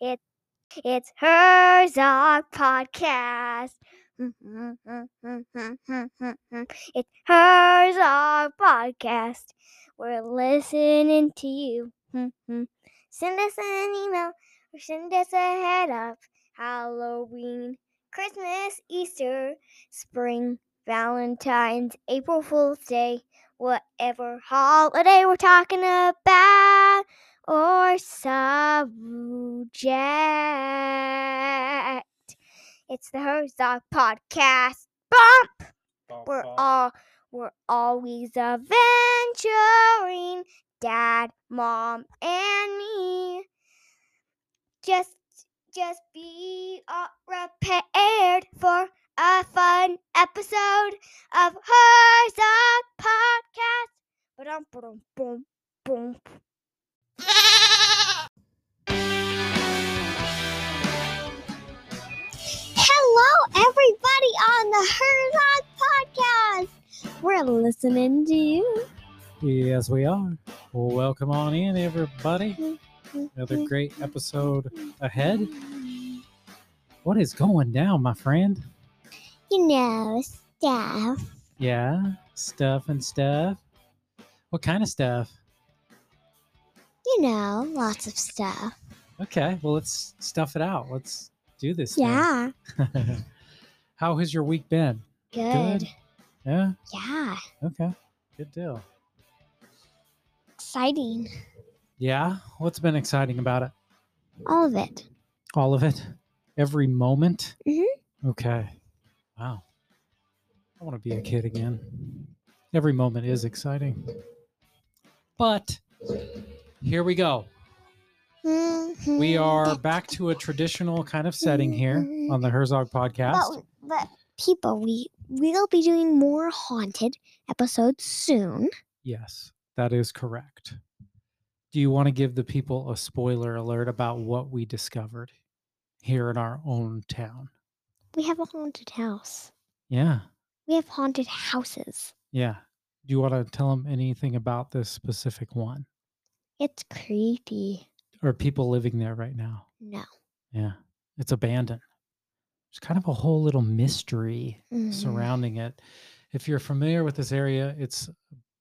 It, it's Herzog Podcast. it's Herzog Podcast. We're listening to you. send us an email or send us a head up. Halloween, Christmas, Easter, Spring, Valentine's, April Fool's Day, whatever holiday we're talking about or subject. It's the Herzog Podcast. Bump! We're all we're always adventuring. Dad, mom, and me. Just just be all prepared for a fun episode of Herzog Podcast. Ba-dum, ba-dum, boom, boom. Hello, everybody on the Herzog Podcast. We're listening to you. Yes, we are. Well, welcome on in, everybody. Another great episode ahead. What is going down, my friend? You know, stuff. Yeah, stuff and stuff. What kind of stuff? You know, lots of stuff. Okay, well, let's stuff it out. Let's do this. thing. Yeah. How has your week been? Good. Yeah, Yeah. okay. Good deal. Exciting. Yeah, what's been exciting about it? All of it. All of it? Every moment? Mhm. Okay. Wow. I want to be a kid again. Every moment is exciting. But here we go. Mm-hmm. We are back to a traditional kind of setting here on the Herzog podcast. But, but people, we we'll be doing more haunted episodes soon. Yes, that is correct. Do you want to give the people a spoiler alert about what we discovered here in our own town? We have a haunted house. Yeah. We have haunted houses. Yeah. Do you want to tell them anything about this specific one? It's creepy. Are people living there right now? No. Yeah. It's abandoned. There's kind of a whole little mystery Mm. surrounding it. If you're familiar with this area, it's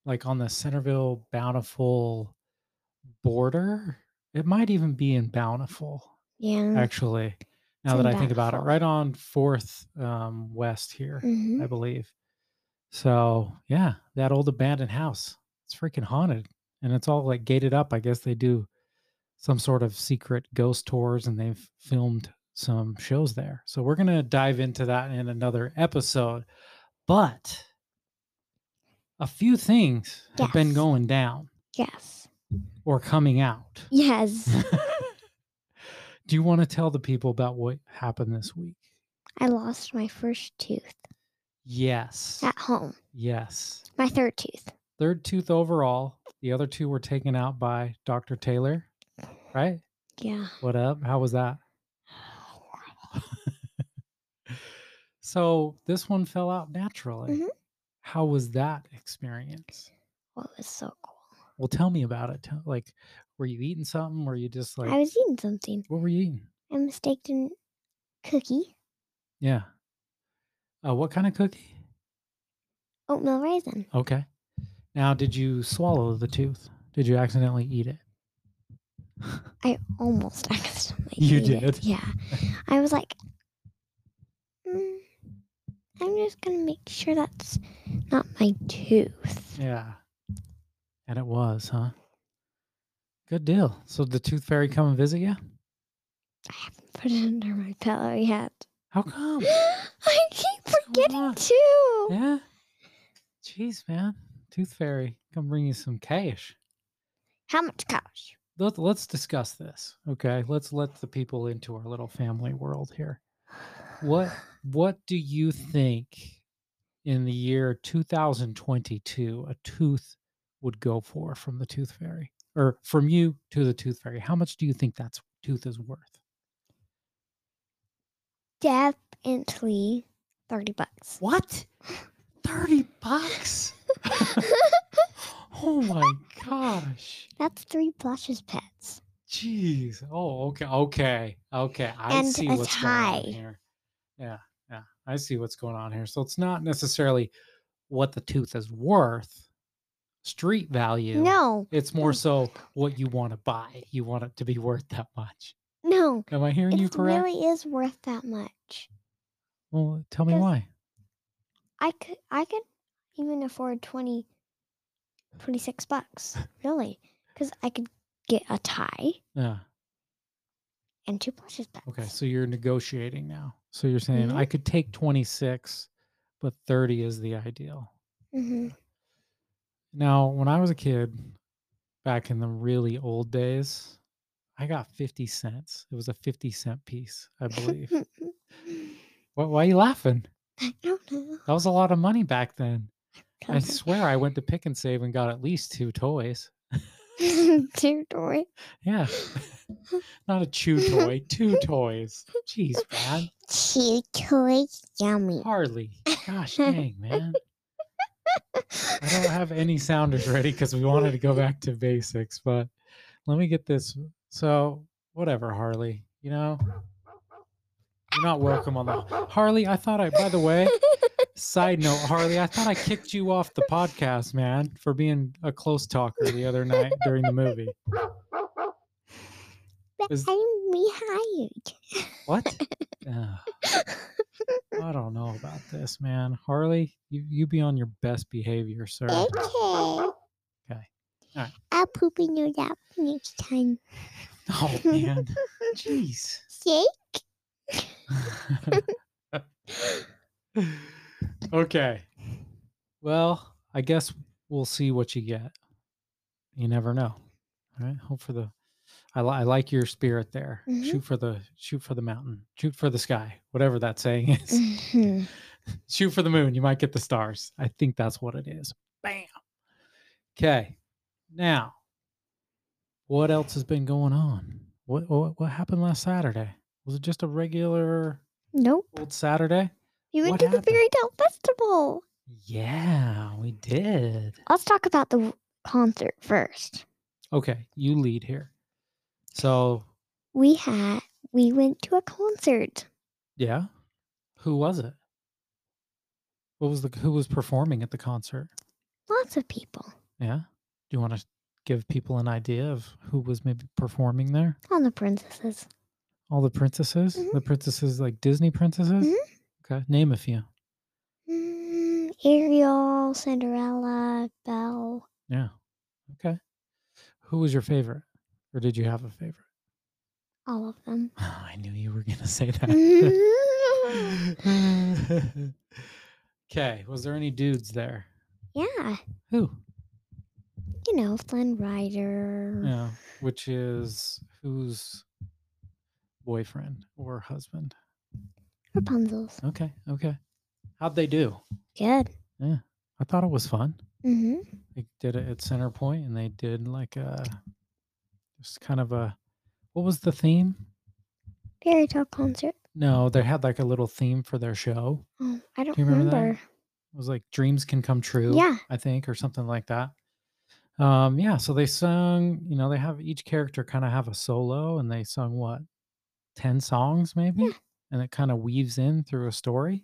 like on the Centerville Bountiful border. It might even be in Bountiful, Yeah. actually. Now in that I think about it, Mm. Bountiful. right on Fourth um, West here, Mhm. I believe. So yeah, that old abandoned house. It's freaking haunted, and it's all like gated up. I guess they do some sort of secret ghost tours, and they've filmed some shows there. So we're gonna dive into that in another episode. But a few things have been Yes. going down Yes. or coming out. Yes. do you want to tell the people about what happened this week? I lost my first tooth Yes. at home. Yes. My third tooth. third tooth overall. The other two were taken out by Dr. Taylor, right? Yeah. What up? How was that? So this one fell out naturally. Mhm. How was that experience? What was so cool? Well, tell me about it. Tell, like, were you eating something? Were you just like, I was eating something. what were you eating? I mistaked a cookie, Yeah. Uh, what kind of cookie? oatmeal raisin. Okay. Now, did you swallow the tooth? Did you accidentally eat it? I almost accidentally. You ate it, did? Yeah. I was like, mm, I'm just gonna make sure that's not my tooth. Yeah. And it was, huh? Good deal. So did the tooth fairy come and visit you? I haven't put it under my pillow yet. How come? I keep going forgetting on? too. yeah. Jeez, man. Tooth fairy, come bring you some cash. How much cash? Let, let's discuss this. Okay. Let's let the people into our little family world here. What what do you think in the year 2022 a tooth would go for from the tooth fairy? Or from you to the tooth fairy? How much do you think that tooth is worth? Definitely thirty bucks. What? 30 bucks? oh my gosh. that's three plushes pets. Jeez. Oh, okay. Okay. Okay. I And see a what's going tie. on here. Yeah. Yeah. I see what's going on here. So it's not necessarily what the tooth is worth, street value. No, Mm. It's more no. so what you want to buy. You want it to be worth that much. no. Am I hearing you It correct? really is worth that much. well, tell me does- why. I could I could even afford 20 26 bucks, really, cuz I could get a tie Yeah. and two plushes back. Okay. So you're negotiating now. So you're saying Mhm. I could take 26, but 30 is the ideal. hmm Now, when I was a kid, back in the really old days, I got 50 cents. It was a 50 cent piece, I believe. why, why are you laughing? I don't know. That was a lot of money back then. I Don't swear I went to pick and save and got at least two toys. know. Dear Dory. Yeah. Not a chew toy, two toys. Jeez, man. Cute toys, yummy. Hardly. Gosh dang, man. I don't have any sounders ready because we wanted to go back to basics, but let me get this. So, whatever, Harley, you know, you're not welcome on the Harley. I thought I, by the way, side note, Harley, I thought I kicked you off the podcast, man, for being a close talker the other night during the movie. But Oh. Is- I'm rehired. What? Ugh, I don't know about this, man. Harley, you, you be on your best behavior, sir. okay. Okay. Alright. I'll poop in your lap next time. Oh, man. Jeez. See? okay. Well, I guess we'll see what you get. You never know. All right. Hope for the. I, li- I like your spirit there. Mhm. Shoot for the shoot for the mountain. Shoot for the sky. Whatever that saying Mm-hmm. is. shoot for the moon. You might get the stars. I think that's what it is. Bam. Okay. Now, what else has been going on? What what, what happened last Saturday? Was it just a regular Nope. old Saturday? You went What to happened? the Fairy Tale Festival. Yeah, we did. Let's talk about the w- concert first. Okay, you lead here. So, We had we went to a concert. yeah. Who was it? What was the who was performing at the concert? Lots of people. Yeah. Do you want to give people an idea of who was maybe performing there? All the princesses. All the princesses? Mhm. The princesses like Disney princesses? Okay, name a few. Mm, Ariel, Cinderella, Belle. Yeah. Okay. Who was your favorite? Or did you have a favorite? All of them. I knew you were going to say that. Mm, okay. Was there any dudes there? yeah. Who? You know, Flynn Rider. Yeah. Which is whose boyfriend or husband? Rapunzel's. Okay. Okay. How'd they do? Good. I thought it was fun. Mm-hmm. They did it at Center Point and they did like a just kind of a what was the theme? Fairy Tale concert. No, they had like a little theme for their show. Oh, I don't you remember that? remember. It was like dreams can come true. Yeah. I think, or something like that. Um, yeah, so they sung, you know, they have each character kind of have a solo and they sung what? 10 songs maybe? Yeah. And it kind of weaves in through a story.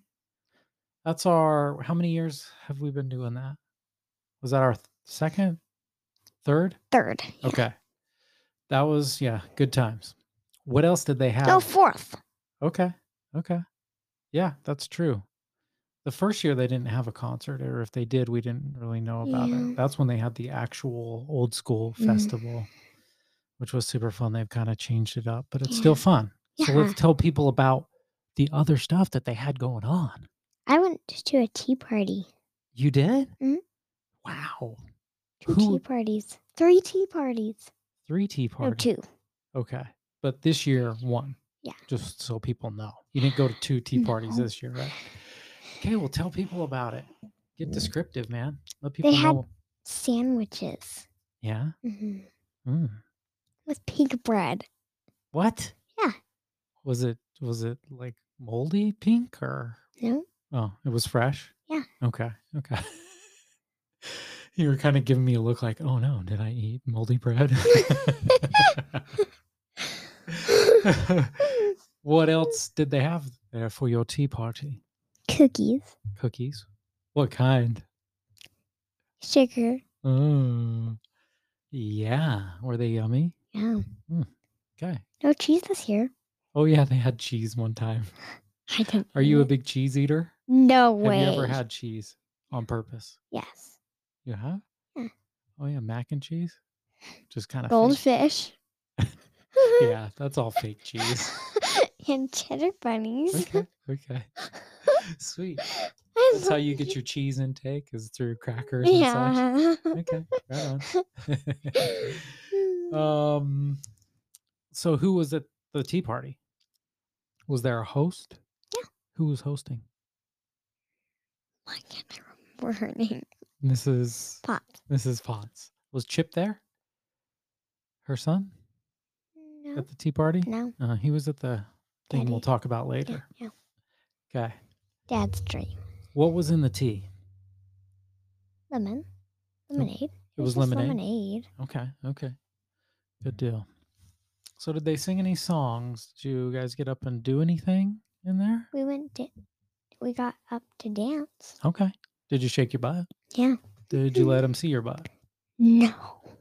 That's our how many years have we been doing that? Was that our th- second? Third? Third. yeah. Okay. That was yeah, good times. What else did they have? No, Oh, fourth. Okay. Okay. Yeah, that's true. The first year they didn't have a concert, or if they did, we didn't really know about Yeah. it. That's when they had the actual old school Mm. festival, which was super fun. They've kind of changed it up, but it's Yeah. still fun. So Yeah. let's tell people about the other stuff that they had going on. I went to a tea party. You did? Mm. Wow. Two Who- tea parties. Three tea parties. Three tea No, parties. two. Okay. But this year, one. Yeah. Just so people know. You didn't go to two tea parties No. this year, right? Okay, well, tell people about it. Get descriptive, man. Let people had- know. Sandwiches. Yeah. hmm Mm. With pink bread. What? Yeah. Was it was it like moldy pink or No? oh, it was fresh? Yeah. Okay. Okay. you were kind of giving me a look like, oh no, did I eat moldy bread? what else did they have there for your tea party? Cookies, Cookies? What kind? sugar. Oh, yeah. Were they yummy? Yeah. Okay. No cheese this year. Oh, yeah. They had cheese one time. I don't. Are you a eat it. big cheese eater? No Mm. way. Have you ever had cheese on purpose? Yes. You have? Yeah. Oh, yeah. Mac and cheese? Just kind of Goldfish. Yeah. That's all fake cheese. and cheddar bunnies. Okay. Okay. Sweet. I That's how love you get cheese. your cheese intake is through crackers and such. Yeah. Okay. Right on. um, so who was at the tea party? Was there a host? Yeah. Who was hosting? Why can't I remember her name? Mrs. Pop. Mrs. Potts. Was Chip there? Her son No. at the tea party? No. Uh, he was at the thing we'll Daddy. talk about Yeah, later. yeah. Okay. Dad's dream. What was in the tea? Lemon. Lemonade. It was just lemonade. lemonade. Okay. Okay. Good deal. So did they sing any songs? Did you guys get up and do anything in there? We went to, we got up to dance. Okay. Did you shake your butt? Yeah. Did you let them see your butt? No.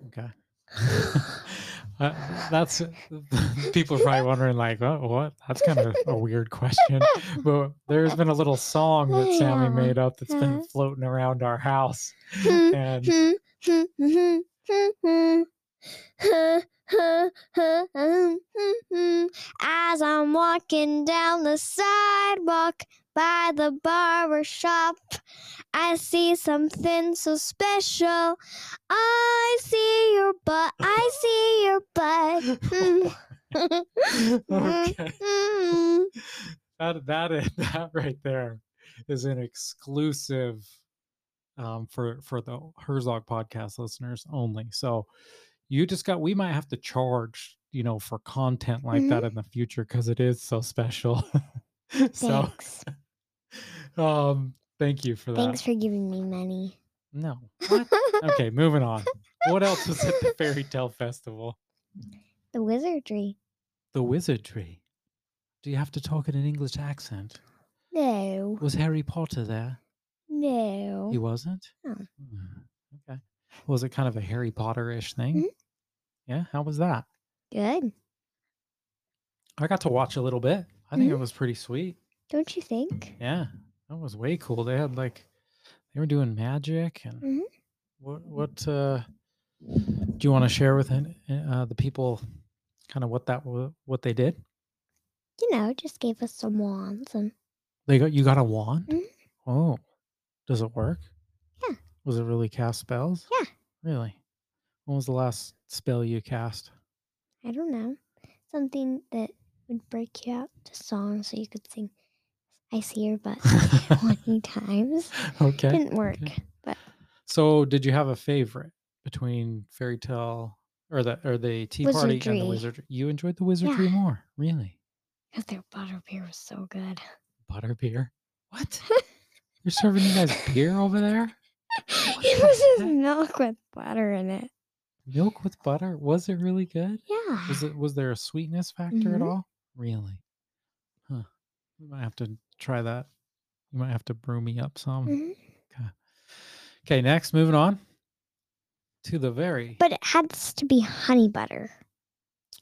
Okay. Uh, that's people are probably wondering like oh, what that's kind of a weird question but there's been a little song that sammy Yeah. made up that's been Uh-huh. floating around our house Hmm, and Hmm, hmm, hmm, hmm, hmm. Huh, huh, huh, um, hmm, hmm. As I'm walking down the sidewalk by the barber shop, I see something so special. I see your butt. I see your butt. Hmm. okay Hmm. that that is, that right there is an exclusive um, for for the Herzog podcast listeners only. So you just got we might have to charge you know for content like that in the future because it is so special. so Thanks. um, thank you for that. Thanks for giving me money. No. What? okay, moving on. What else was at the fairy tale festival? The wizardry. The wizardry. Do you have to talk in an English accent? No. Was Harry Potter there? No. He wasn't? No. Mm, Okay. Was it kind of a Harry Potter ish thing? Mm-hmm. Yeah. How was that? Good. I got to watch a little bit. I think it Mm-hmm. was pretty sweet. Don't you think? Yeah. That was way cool. They had like, they were doing magic and Mhm. what, what, uh, do you want to share with an- uh, the people kind of what that, wa- what they did? You know, just gave us some wands and They got, you got a wand? Mhm. Oh, does it work? Yeah. Was it really cast spells? Yeah. Really? When was the last spell you cast? I don't know. Something that would break you out to song so you could sing I see your butt twenty times. okay. Didn't work. So, did you have a favorite between fairy tale or the or the tea party and the Wizardry. wizardry? You enjoyed the wizardry more, really? Because their butter beer was so good. Butter beer? What? You're serving you guys beer over there? it the was just heck? milk with butter in it. Milk with butter? Was it really good? Yeah. Was it? um, Was there a sweetness factor at Mhm. all? Really? Huh. We might have to try that. You might have to brew me up some. Mhm. Okay. Next, moving on to the very. But it had to be honey butter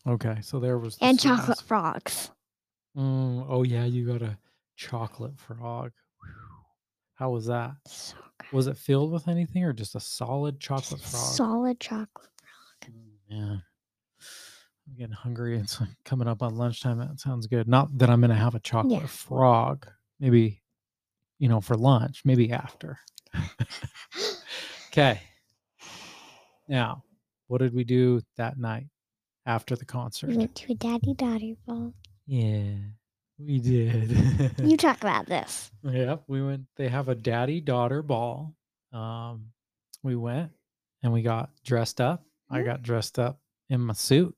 okay, so there was the and sweetness chocolate frogs. Mm, oh yeah, you got a chocolate frog. Whew. How was that? So good. Was it filled with anything or just a solid chocolate frog? Solid chocolate. Mm, yeah. I'm getting hungry. It's like coming up on lunchtime. That sounds good. Not that I'm gonna have a chocolate frog. Maybe, you know, for lunch, maybe after. Okay. Now, what did we do that night after the concert? We went to a daddy daughter ball. Yeah, we did. You talk about this. Yeah, we went. They have a daddy daughter ball. Um, we went and we got dressed up. I Mhm. got dressed up in my suit.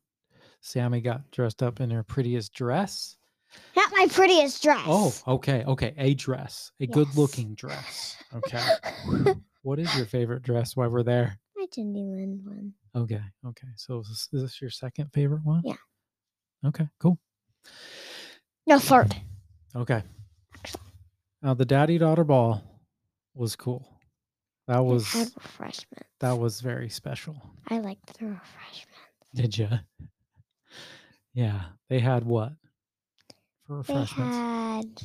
Sammy got dressed up in her prettiest dress. Not my prettiest dress. Oh, okay, okay, a dress, a Yes. good-looking dress. Okay. what is your favorite dress? Why we're there? My Disneyland one. Okay, okay. So is this, is this your second favorite one? Yeah. Okay, cool. No, fart. Okay. Now the daddy daughter ball was cool. That It was had refreshments. that was very special. I liked the refreshment. Did you? Yeah, they had what for refreshments? They had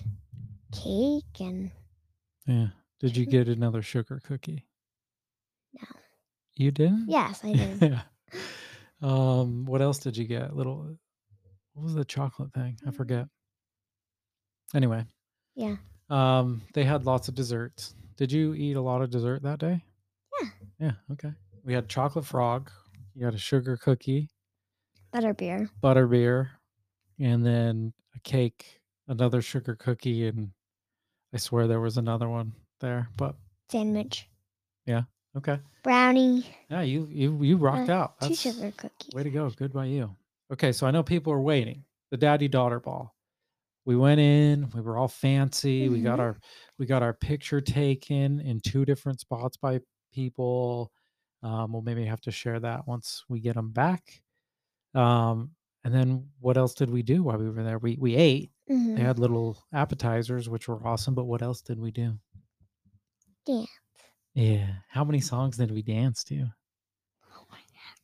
cake and yeah. Did you get another sugar cookie? No. You didn't? yes, I did. Yeah. Um. What else did you get? Little. What was the chocolate thing? I forget. Anyway. Yeah. Um. They had lots of desserts. Did you eat a lot of dessert that day? Yeah. Yeah. Okay. We had chocolate frog. You had a sugar cookie. Butterbeer. butterbeer and then a cake, another sugar cookie, and I swear there was another one there. But Sandwich. okay. Brownie. Yeah, you you you rocked out. Two That's sugar cookies. way to go. Good by you. Okay, so I know people are waiting. The daddy daughter ball. We went in, we were all fancy. We got Mhm. our we got our picture taken in two different spots by people. Um, we'll maybe have to share that once we get them back. Um, and then what else did we do while we were there? We we ate. Mhm. They had little appetizers, which were awesome. But what else did we do? Dance. Yeah. How many songs did we dance to? Oh my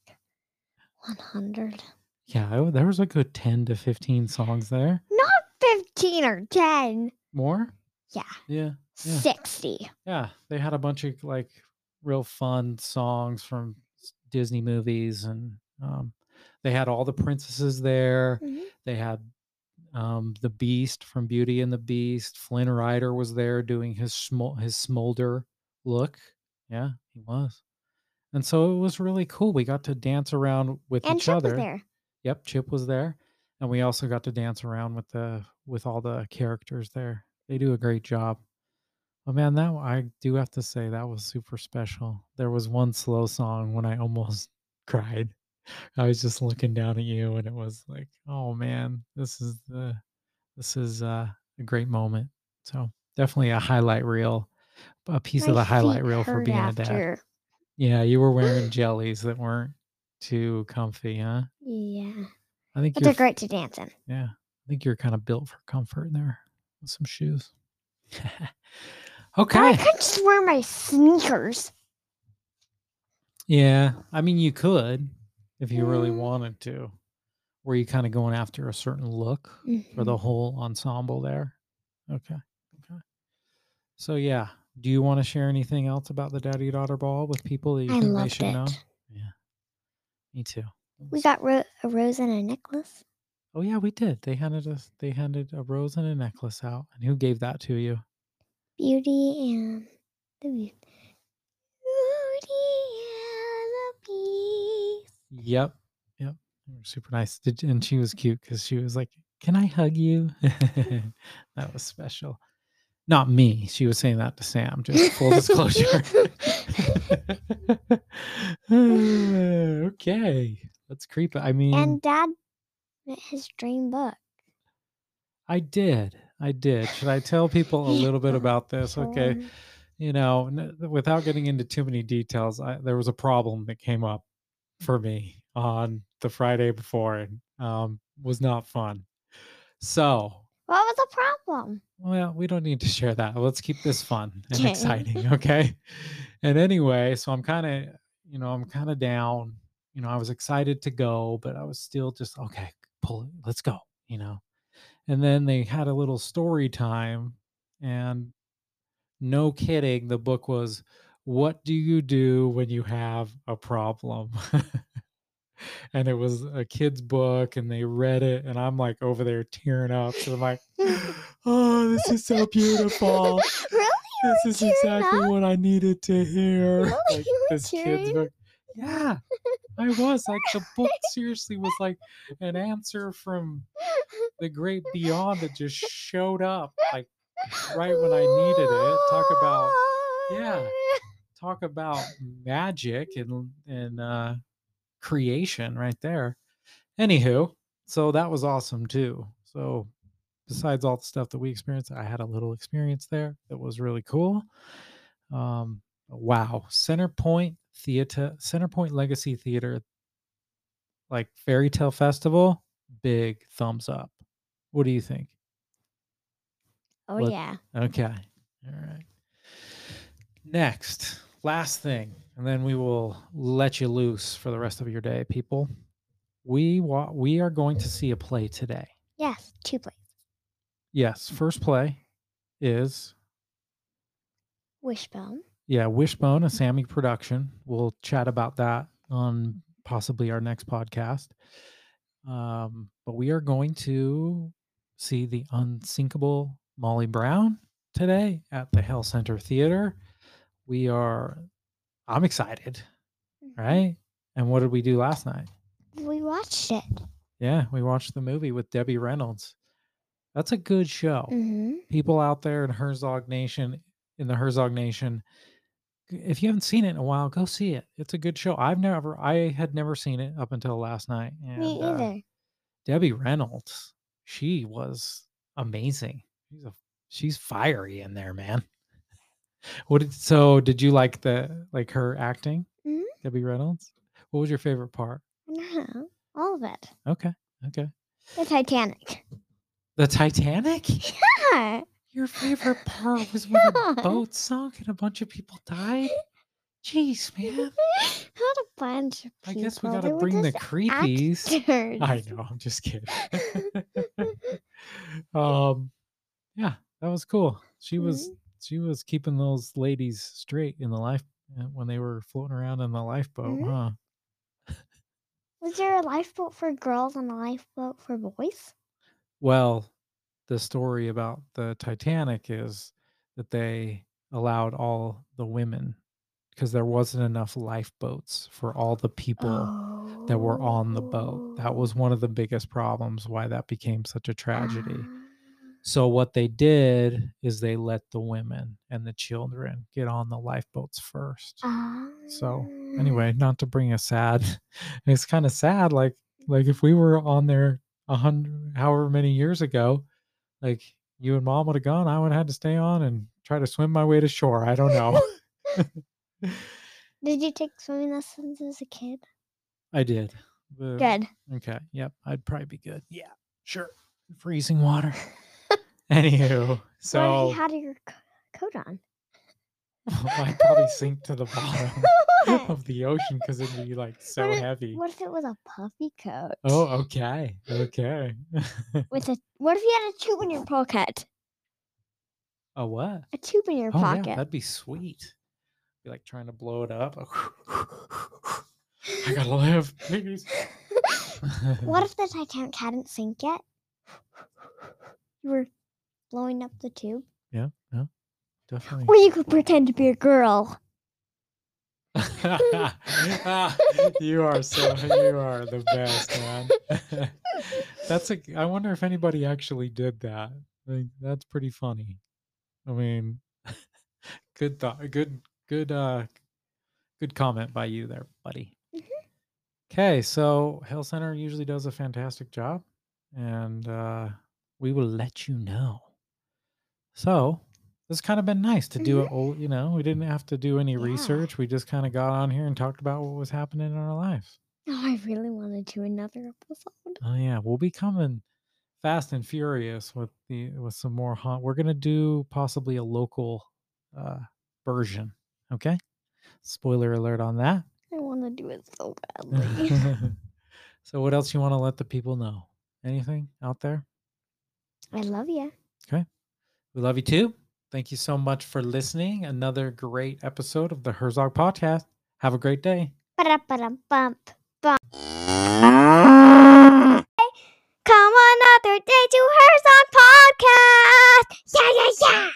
god. One hundred. Yeah, I- there was a good ten to fifteen songs there. Fifteen or ten. More? Yeah. Yeah. Yeah. Sixty. Yeah. They had a bunch of like real fun songs from s- Disney movies, and um, they had all the princesses there. Mhm. They had um, the Beast from Beauty and the Beast. Flynn Rider was there doing his smol- his smolder look. Yeah, he was. And so it was really cool. We got to dance around with And each Chip other. was there. Yep, Chip was there, and we also got to dance around with the with all the characters there. They do a great job. Oh man, that I do have to say that was super special. There was one slow song when I almost cried. I was just looking down at you, and it was like, oh man, this is the this is uh, a great moment. So definitely a highlight reel, a piece of My the highlight feet reel for hurt being a dad. after. Yeah, you were wearing jellies that weren't too comfy, huh? Yeah. I think But you're they're great to dance in. yeah. I think you're kind of built for comfort there with some shoes. Now I okay. could just wear my sneakers. Yeah. I mean, you could if you really Mm. wanted to. Were you kind of going after a certain look for the whole ensemble there? Okay. Okay. So, yeah. Do you want to share anything else about the daddy daughter ball with people that you I think they loved should it. know? Me too. We got ro- a rose and a necklace. Oh yeah, we did. They handed us they handed a rose and a necklace out. And who gave that to you? Beauty and the Beast. Beauty Yep. Yep. They were super nice. Did, and she was cute because she was like, Can I hug you? that was special. Not me. She was saying that to Sam, just full disclosure. okay. Let's creep. it. I mean, and the Beast. And Dad wrote his dream book. I did. I did. Should I tell people a little bit about this? Okay. Um, you know, n- without getting into too many details, I, there was a problem that came up for me on the Friday before and um, was not fun. So, What was the problem? well, we don't need to share that. Let's keep this fun and Okay. exciting, okay? And anyway, so I'm kind of, you know, I'm kind of down. You know, I was excited to go, but I was still just okay. Pull it, let's go. You know, and then they had a little story time, and no kidding, the book was, "What do you do when you have a problem?" and it was a kid's book, and they read it, and I'm like over there tearing up, and I'm like, "Oh, this is so beautiful." really? this is tearing exactly up? what I needed to hear. Really? Like, You were this kid's tearing? book. Yeah, I was like the book seriously was like an answer from the great beyond that just showed up. Like right when I needed it. Talk about- yeah. talk about magic and and uh, creation right there. Anywho, so that was awesome too. So besides all the stuff that we experienced, I had a little experience there that was really cool. Um, wow, Centerpoint Theater, Centerpoint Legacy Theater, like Fairy Tale Festival, big thumbs up. What do you think? Oh, Let- yeah. Okay. All right. Next, last thing, and then we will let you loose for the rest of your day, people. We wa- we are going to see a play today. Yes, two plays. Yes, first play is Wishbone. yeah, Wishbone, a Sammy production. We'll chat about that on possibly our next podcast. Um, but we are going to see the unsinkable Molly Brown today at the Hell Center Theater. We are, I'm excited, Mhm. right? And what did we do last night? We watched it. Yeah, we watched the movie with Debbie Reynolds. That's a good show. Mm-hmm. people out there in Herzog Nation, in the Herzog Nation, g- if you haven't seen it in a while, go see it. It's a good show. I've never, I had never seen it up until last night. And, Me uh, either. Debbie Reynolds, she was amazing. She's a, she's fiery in there, man. What did, so did you like the like her acting, Mhm. Debbie Reynolds? What was your favorite part? No, all of it. Okay, okay. The Titanic. The Titanic. Yeah. Your favorite part was when a Yeah. boat sunk and a bunch of people died? Jeez, man. Not a bunch of I people. guess we gotta They were bring the just creepies. actors. I know, I'm just kidding. um yeah, that was cool. She was Mm-hmm. she was keeping those ladies straight in the life uh, when they were floating around in the lifeboat, Mhm. huh? Was there a lifeboat for girls and a lifeboat for boys? Well, the story about the Titanic is that they allowed all the women because there wasn't enough lifeboats for all the people that were on the boat. That was one of the biggest problems why that became such a Oh. tragedy. Ah. So what they did is they let the women and the children get on the lifeboats first. Ah. So, Anyway, not to bring a sad. It's kind of sad like like if we were on there a hundred however many years ago, like you and mom would have gone, I would have had to stay on and try to swim my way to shore. I don't know. Did you take swimming lessons as a kid? I did. but- Good. Okay. Yep. I'd probably be good. Yeah. Sure. Freezing water. Anywho, So you already so had your co- coat on. I'd probably sink to the bottom What? of the ocean because it'd be like so if- heavy. What if it was a puffy coat? Oh, okay. Okay. With a what if you had a tube in your pocket? A what? A tube in your Oh, pocket. yeah, that'd be sweet. Be like trying to blow it up. Oh, I gotta live, please. what if the Titanic hadn't sunk yet? You were blowing up the tube, Definitely. or you could pretend to be a girl. Ah, you are so you are the best man. that's a. I wonder if anybody actually did that. Like, that's pretty funny. I mean, good thought. Good. Good. Uh, good comment by you there, buddy. Mhm. Okay, so Hell Center usually does a fantastic job, and uh, we will let you know. So it's kind of been nice to do Mhm. it. All, you know, we didn't have to do any Yeah. research. We just kind of got on here and talked about what was happening in our lives. Oh, I really want to do another episode. Oh yeah, we'll be coming fast and furious with the with some more haunt. We're gonna do possibly a local uh, version. Okay, spoiler alert on that. I want to do it so badly. so what else you want to let the people know? Anything out there? I love you. We love you too. Thank you so much for listening. Another great episode of the Herzog Podcast. Have a great day. Ba-da-ba-da-bump, bump. Come another day to Herzog Podcast. Yeah, yeah, yeah.